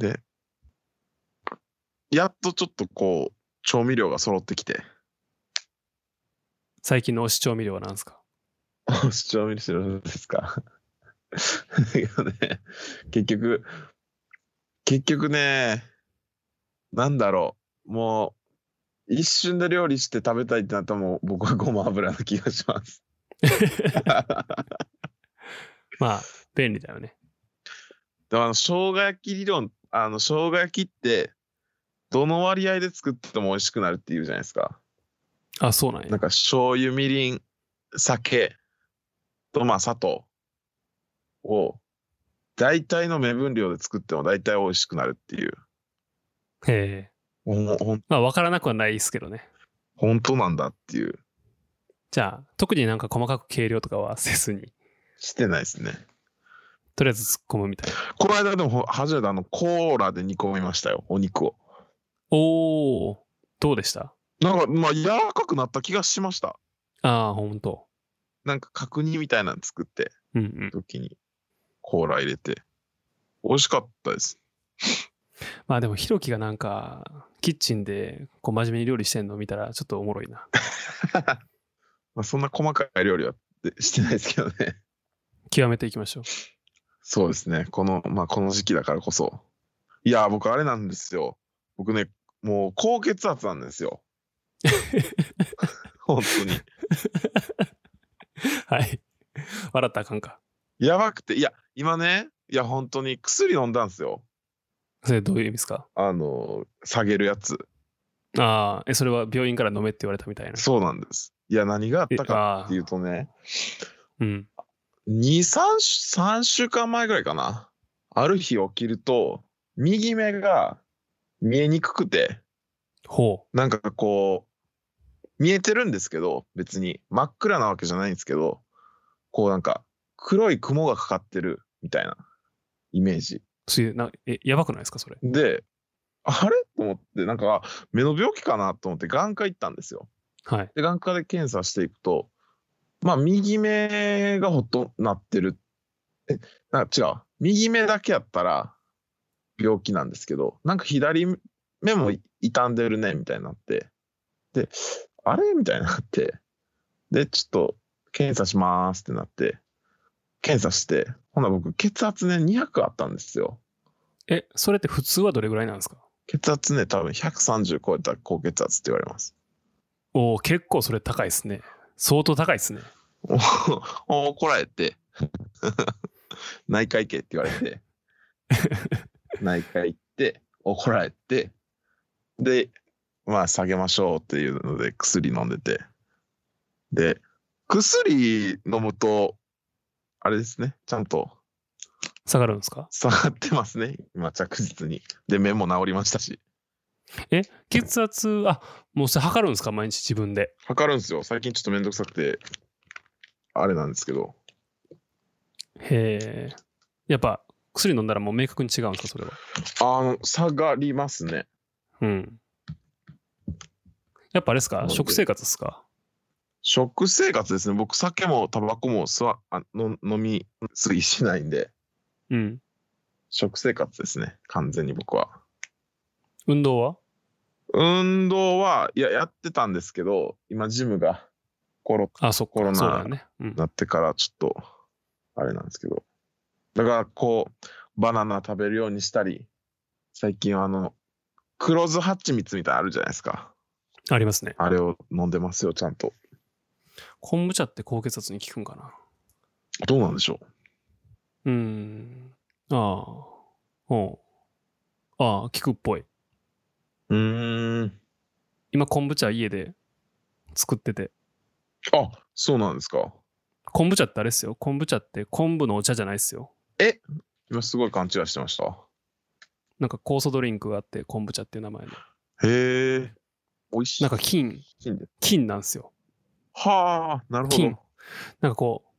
B: う。やっとちょっとこう、調味料が揃ってきて。
A: 最近の推し調味料は何ですか
B: 調味料ですか。だけどね、結局、結局ね、なんだろう、もう、一瞬で料理して食べたいってなったらもう僕はごま油な気がします。
A: まあ、便利だよね。
B: だからあの生姜焼き理論あの生姜焼きってどの割合で作っても美味しくなるっていうじゃないですか
A: あ、そうなん
B: な
A: や
B: ん。か醤油みりん酒とまあ砂糖を大体の目分量で作っても大体美味しくなるっていう
A: へえ。
B: ほんほん
A: まあ、わからなくはないですけどね。
B: 本当なんだっていう
A: じゃあ、特になんか細かく計量とかはせずに、
B: してないですね
A: とりあえず突っ込むみたいな。
B: この間でもほ初めてあのコーラで煮込みましたよお肉を
A: おー、どうでした
B: なんかまあ柔らかくなった気がしました
A: ああ、ほんと。
B: なんか角煮みたいなの作って
A: うんうん。
B: 時にコーラ入れて美味しかったです
A: まあでも、ひろきがなんか、キッチンでこう真面目に料理してんの見たら、ちょっとおもろいな。
B: まあそんな細かい料理はでしてないですけどね
A: 極めていきましょう。
B: そうですねこのまあこの時期だからこそいや僕あれなんですよ僕ねもう高血圧なんですよ本当に
A: はい。笑ったらあかんか。
B: やばくていや今ねいや本当に薬飲んだんですよ
A: それどういう意味ですか
B: あの下げるやつ
A: ああ、え、それは病院から飲めって言われたみたいな。
B: そうなんですいや何があったかっていうとね
A: うん。
B: 23週間前ぐらいかなある日起きると右目が見えにくくて
A: ほ
B: なんかこう見えてるんですけど別に真っ暗なわけじゃないんですけどこうなんか黒い雲がかかってるみたいなイメージ
A: う。それなえ、やばくないですかそれ。
B: であれと思ってなんかあ目の病気かなと思って眼科行ったんですよ
A: はい。
B: で眼科で検査していくとまあ右目がほとんどなってるえなんか違う右目だけやったら病気なんですけどなんか左目も傷んでるねみたいになってであれみたいになってでちょっと検査しますってなって検査してほな僕血圧ね200あったんですよ
A: え、それって普通はどれぐらいなんですか
B: 血圧ね多分130超えたら高血圧って言われます
A: おお、結構それ高いですね。相当高いですね。
B: おお 怒られて 内科行けって言われて内科行って怒られてでまあ下げましょうっていうので薬飲んでてで薬飲むとあれですねちゃんと
A: 下がるんですか
B: 下がってますね今着実にで目も治りましたし
A: 血圧、あ、もうそれ測るんですか毎日自分で。
B: 測るんですよ最近ちょっとめんどくさくてあれなんですけど
A: へえ。やっぱ、薬飲んだらもう明確に違うんですかそれは。
B: あの下がりますね
A: うん。やっぱあれです
B: な
A: か
B: んで
A: 食生活ですか
B: 食生活ですね。僕、酒もタバコも吸わあの飲みすぎしないんで、
A: うん。
B: 食生活ですね、完全に僕は。
A: 運動は
B: 運動は、いや、やってたんですけど、今、ジムがコロ
A: あ、そっか
B: コロナ
A: そうだよね。うん。
B: なってから、ちょっと、あれなんですけど。だから、こう、バナナ食べるようにしたり、最近はあの、黒酢蜂蜜みたいなのあるじゃないですか。
A: ありますね。
B: あれを飲んでますよ、ちゃんと。
A: 昆布茶って高血圧に効くんかな
B: どうなんでしょ
A: うー
B: う
A: ん。ああ。おうああ、効くっぽい。
B: うーん。
A: 今、昆布茶家で作ってて。
B: あ、そうなんですか。
A: 昆布茶ってあれっすよ。昆布茶って昆布のお茶じゃないっすよ。
B: 今、すごい勘違いしてました。
A: なんか酵素ドリンクがあって、昆布茶っていう名前の。
B: へえ。美味しい。
A: なんか金、
B: 金で。
A: 金なんですよ。
B: はあ、なるほ
A: 金
B: ど。。
A: なんかこう、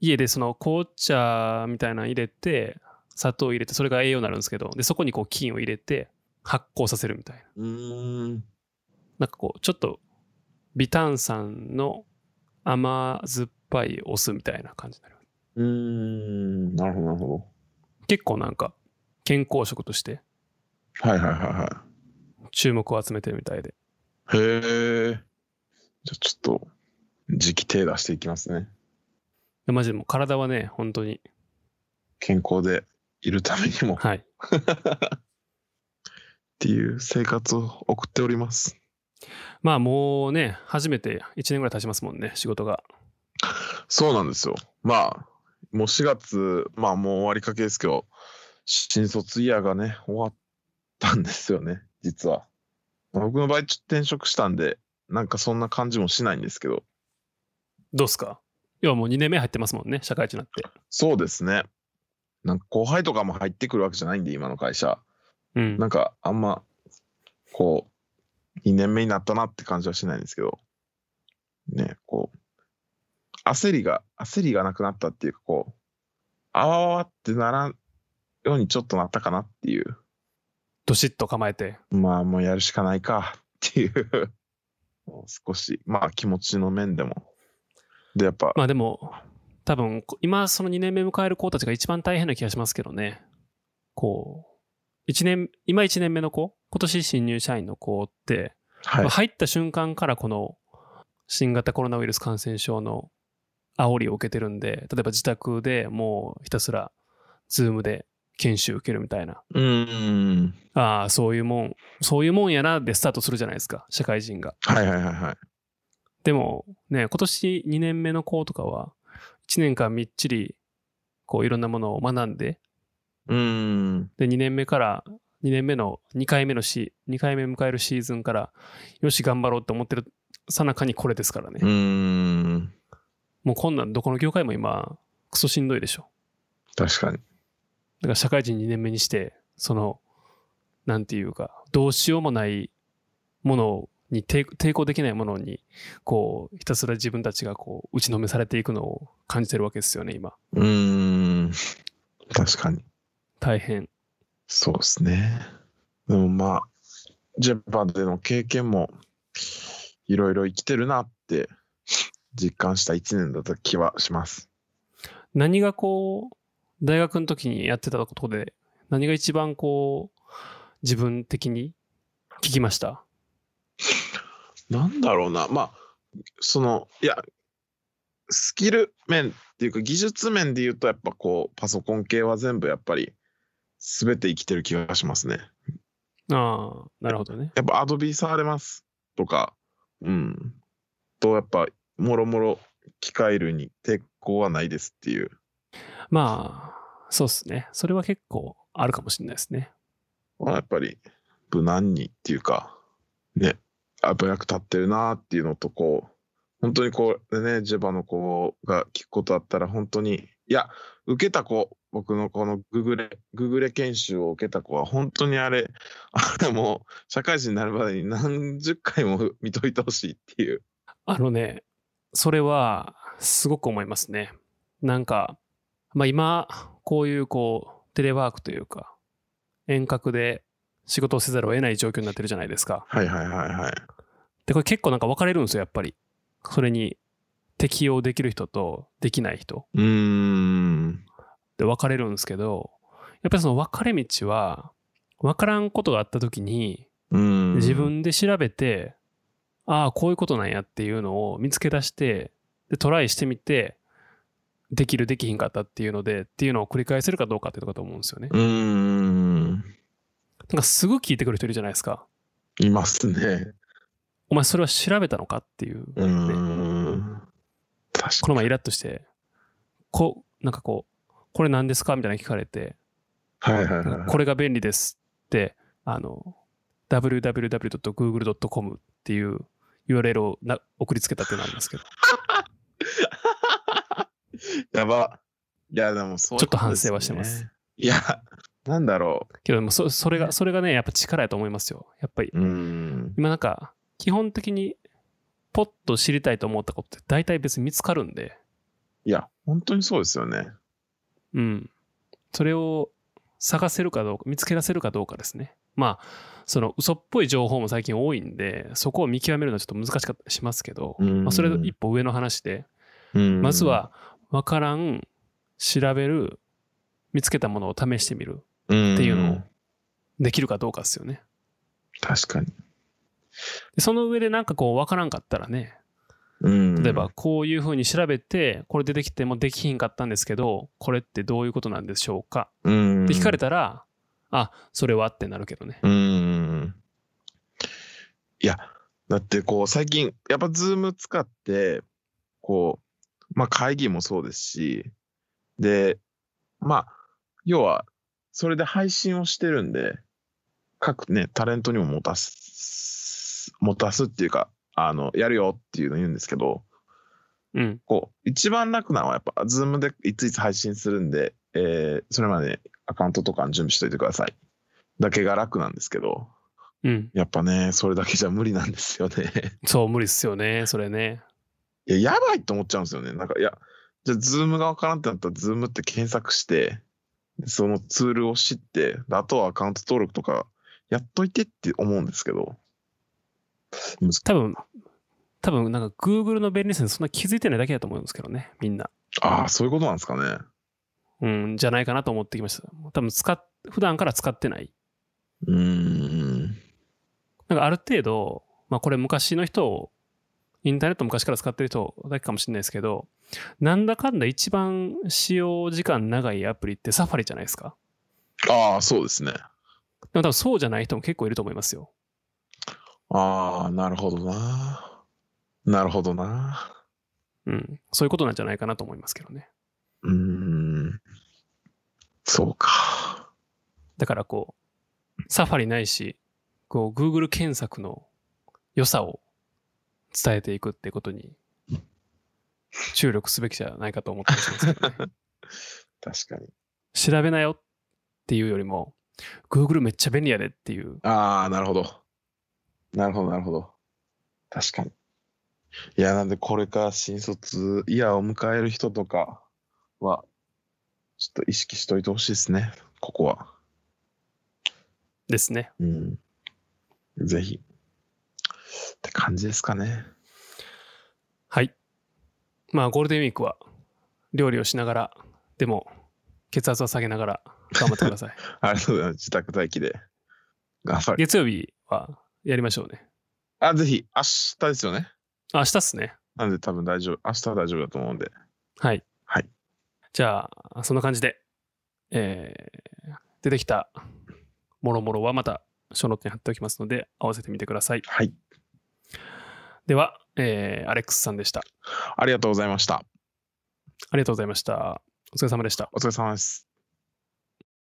A: 家でその紅茶みたいなの入れて、砂糖入れて、それが栄養になるんですけど、で、そこにこう金を入れて発酵させるみたいな。
B: うーん。
A: なんかこう、ちょっと微炭酸の甘酸っぱいお酢みたいな感じになる。
B: うーん。なるほど、なるほ
A: 結構なんか健康食として
B: ど。はいはいはいはい。
A: 注目を集めてるみたいで。
B: へえ。じゃあちょっと、時期手出していきますね。
A: でマジでもう体はね、本当に。
B: 健康でいるためにもっ
A: はい。
B: ていう生活を送っております。
A: まあもうね、初めて1年ぐらい経ちますもんね、仕事が。
B: そうなんですよ。まあ、もう4月、まあもう終わりかけですけど、新卒イヤーがね、終わったんですよね、実は。まあ僕の場合、ちょっと転職したんで、なんかそんな感じもしないんですけど、
A: どうっすか要はもう2年目入ってますもんね、社会人になって。
B: そうですね。なんか後輩とかも入ってくるわけじゃないんで、今の会社。
A: うん
B: な。んかあんまこう2年目になったなって感じはしないんですけどねこう焦りが焦りがなくなったっていうかこうあわわわってならんようにちょっとなったかなっていう
A: どしっと構えて。
B: まあもうやるしかないかっていうもう少しまあ気持ちの面でもでやっぱ、
A: まあでも、多分、こ今その2年目迎える子たちが一番大変な気がしますけどね。こう、一年、今1年目の子、今年新入社員の子って、
B: はい
A: まあ入った瞬間からこの新型コロナウイルス感染症の煽りを受けてるんで、例えば自宅でもうひたすら、ズームで研修受けるみたいな、
B: うーん
A: ああ、そういうもん、そういうもんやなでスタートするじゃないですか、社会人が。
B: はいはいはいはい
A: でもね、今年2年目の子とかは、1年間みっちり、こういろんなものを学んで、
B: うーん
A: で、2年目から、2年目の2回目のシー、2回目迎えるシーズンから、よし、頑張ろうって思ってるさなかにこれですからね。
B: うーん
A: もうこんなんどこの業界も今、クソしんどいでしょ。
B: 確かに
A: だから社会人2年目にして、その、なんていうか、どうしようもないものに抵、抵抗できないものに、こう、ひたすら自分たちがこう、打ちのめされていくのを感じてるわけですよね、今。
B: うーん確かに
A: 大変。
B: そうですね。でもまあ、ジェパでの経験もいろいろ生きてるなって実感した1年だった気はします。
A: 何がこう、大学の時にやってたことで、何が一番こう、自分的に聞きました
B: なんだろうな、まあ、その、いや、スキル面っていうか技術面で言うとやっぱこう、パソコン系は全部やっぱり全て生きてる気がしますね。
A: ああ、なるほどね。
B: やっぱアドビ触れますとか、うん。と、やっぱ、もろもろ機械類に抵抗はないですっていう。
A: まあ、そうっすね。それは結構あるかもしれないですね。
B: まあ、やっぱり無難にっていうかねやっぱ役立ってるなっていうのとこう本当にこうねジェバの子が聞くことあったら本当にいや受けた子僕のこのググレググレ研修を受けた子は本当にあれあれもう社会人になるまでに何十回も 見といてほしいっていう
A: あのね、それはすごく思いますね。なんか、まあ、今、こういうこう、テレワークというか、遠隔で仕事をせざるを得ない状況になってるじゃないですか。
B: はいはいはいはい
A: で、これ結構なんか分かれるんですよ、やっぱり。それに適用できる人とできない人
B: うーん
A: で分かれるんですけど、やっぱりその分かれ道は、分からんことがあった時に、
B: うん。
A: 自分で調べて、ああ、こういうことなんやっていうのを見つけ出して、で、トライしてみて、できる、できひんかったっていうので、っていうのを繰り返せるかどうかってとこだと思うんですよね。
B: うん。
A: なんかすぐ聞いてくる人いるじゃないですか。
B: いますね。
A: お前それは調べたのかっていう。
B: う
A: ね
B: ん。確
A: こ
B: か
A: の前イラッとして、こう、なんかこう、これ何ですかみたいなの聞かれて、
B: に。はいはいはい。
A: これが便利ですって、あの、www.google.com っていう URL をな送りつけたっていうのあるんですけど、ち
B: やば。いや、でもそういう
A: ょっと
B: こ
A: 反
B: です
A: 省
B: よね
A: はしてます。。
B: いや、なんだろ
A: けどもそ、それが、それがね、やっぱ力やと思いますよ。やっぱり、
B: う。うん。
A: 今なんか、基本的に、ポッと知りたいと思ったことって大体別に見つかるんで、
B: いや、本当にそうですよね。
A: うん。それを探せるかどうか、見つけ出せるかどうかですね。まあ、その嘘っぽい情報も最近多いんで、そこを見極めるのはちょっと難しかったりしますけど、
B: うん
A: まあ、それ一歩上の話で、
B: うん
A: まず、は分からん、調べる、見つけたものを試してみる、
B: って
A: って
B: い
A: いうのを。できるかどうかですよね。
B: 確かに。
A: でその上でなんかこう分からんかったらね、
B: うん
A: 例えば、こういうふうに調べて、これ出てきてもできひんかったんですけど、これってどういうことなんでしょうか
B: うん。
A: って聞かれたら、あ、それはってなるけどね。
B: うん。いや、だってこう、最近、やっぱズーム使って、こう、まあ会議もそうですし、で、まあ、要は、それで配信をしてるんで、各ね、タレントにも持たす、持たすっていうか、あの、やるよっていうの言うんですけど、
A: うん。
B: こう、一番楽なのはやっぱ、ズームでいついつ配信するんで、えーそれまでアカウントとかの準備しといてください。だけが楽なんですけど、
A: うん。
B: やっぱね、それだけじゃ無理なんですよね。
A: そう、無理っすよね、それね。
B: いや、やばいって思っちゃうんですよね。なんか、いや、じゃあ、ズームがわからんってなったら、ズームって検索して、そのツールを知って、であとはアカウント登録とか、やっといてって思うんですけど。むず
A: 多分、多分なんか Google の便利さにそんな気づいてないだけだと思うんですけどね、みんな。
B: ああ、そういうことなんですかね。
A: うん、じゃないかなと思ってきました。多分使っ、普段から使ってない。
B: うーん。
A: なんかある程度、まあこれ昔の人を、インターネット昔から使ってる人だけかもしれないですけど、なんだかんだ一番使用時間長いアプリってサファリじゃないですか。
B: ああ、そうですね。
A: でも多分そうじゃない人も結構いると思いますよ。
B: ああ、なるほどな。なるほどな。
A: うん。そういうことなんじゃないかなと思いますけどね。
B: うーん。そうか。
A: だからこう、サファリないし、こう、Google 検索の良さを伝えていくってことに、注力すべきじゃないかと思ったりしますけどね。
B: 確かに。
A: 調べなよっていうよりも、Google めっちゃ便利やでっていう、
B: ああ、なるほど。なるほど、なるほど。確かに。いや、なんでこれから新卒イヤーを迎える人とかは、ちょっと意識しといてほしいですね、ここは。
A: ですね。
B: うん。ぜひ。って感じですかね。
A: はい。まあ、ゴールデンウィークは、料理をしながら、でも、血圧は下げながら、頑張ってください。
B: ありがとうございます。自宅待機で。あ、それ
A: 月曜日は、やりましょうね。
B: あ、ぜひ、明日ですよね。
A: あ明日っすね。
B: なんで多分大丈夫。明日は大丈夫だと思うんで。
A: はい。
B: はい。
A: じゃあ、そんな感じで、えー出てきたもろもろはまた書ノートに貼っておきますので、合わせてみてください。
B: はい。
A: では、えーアレックスさんでした。
B: ありがとうございました。
A: ありがとうございました。お疲れ様でした。
B: お疲れ様です。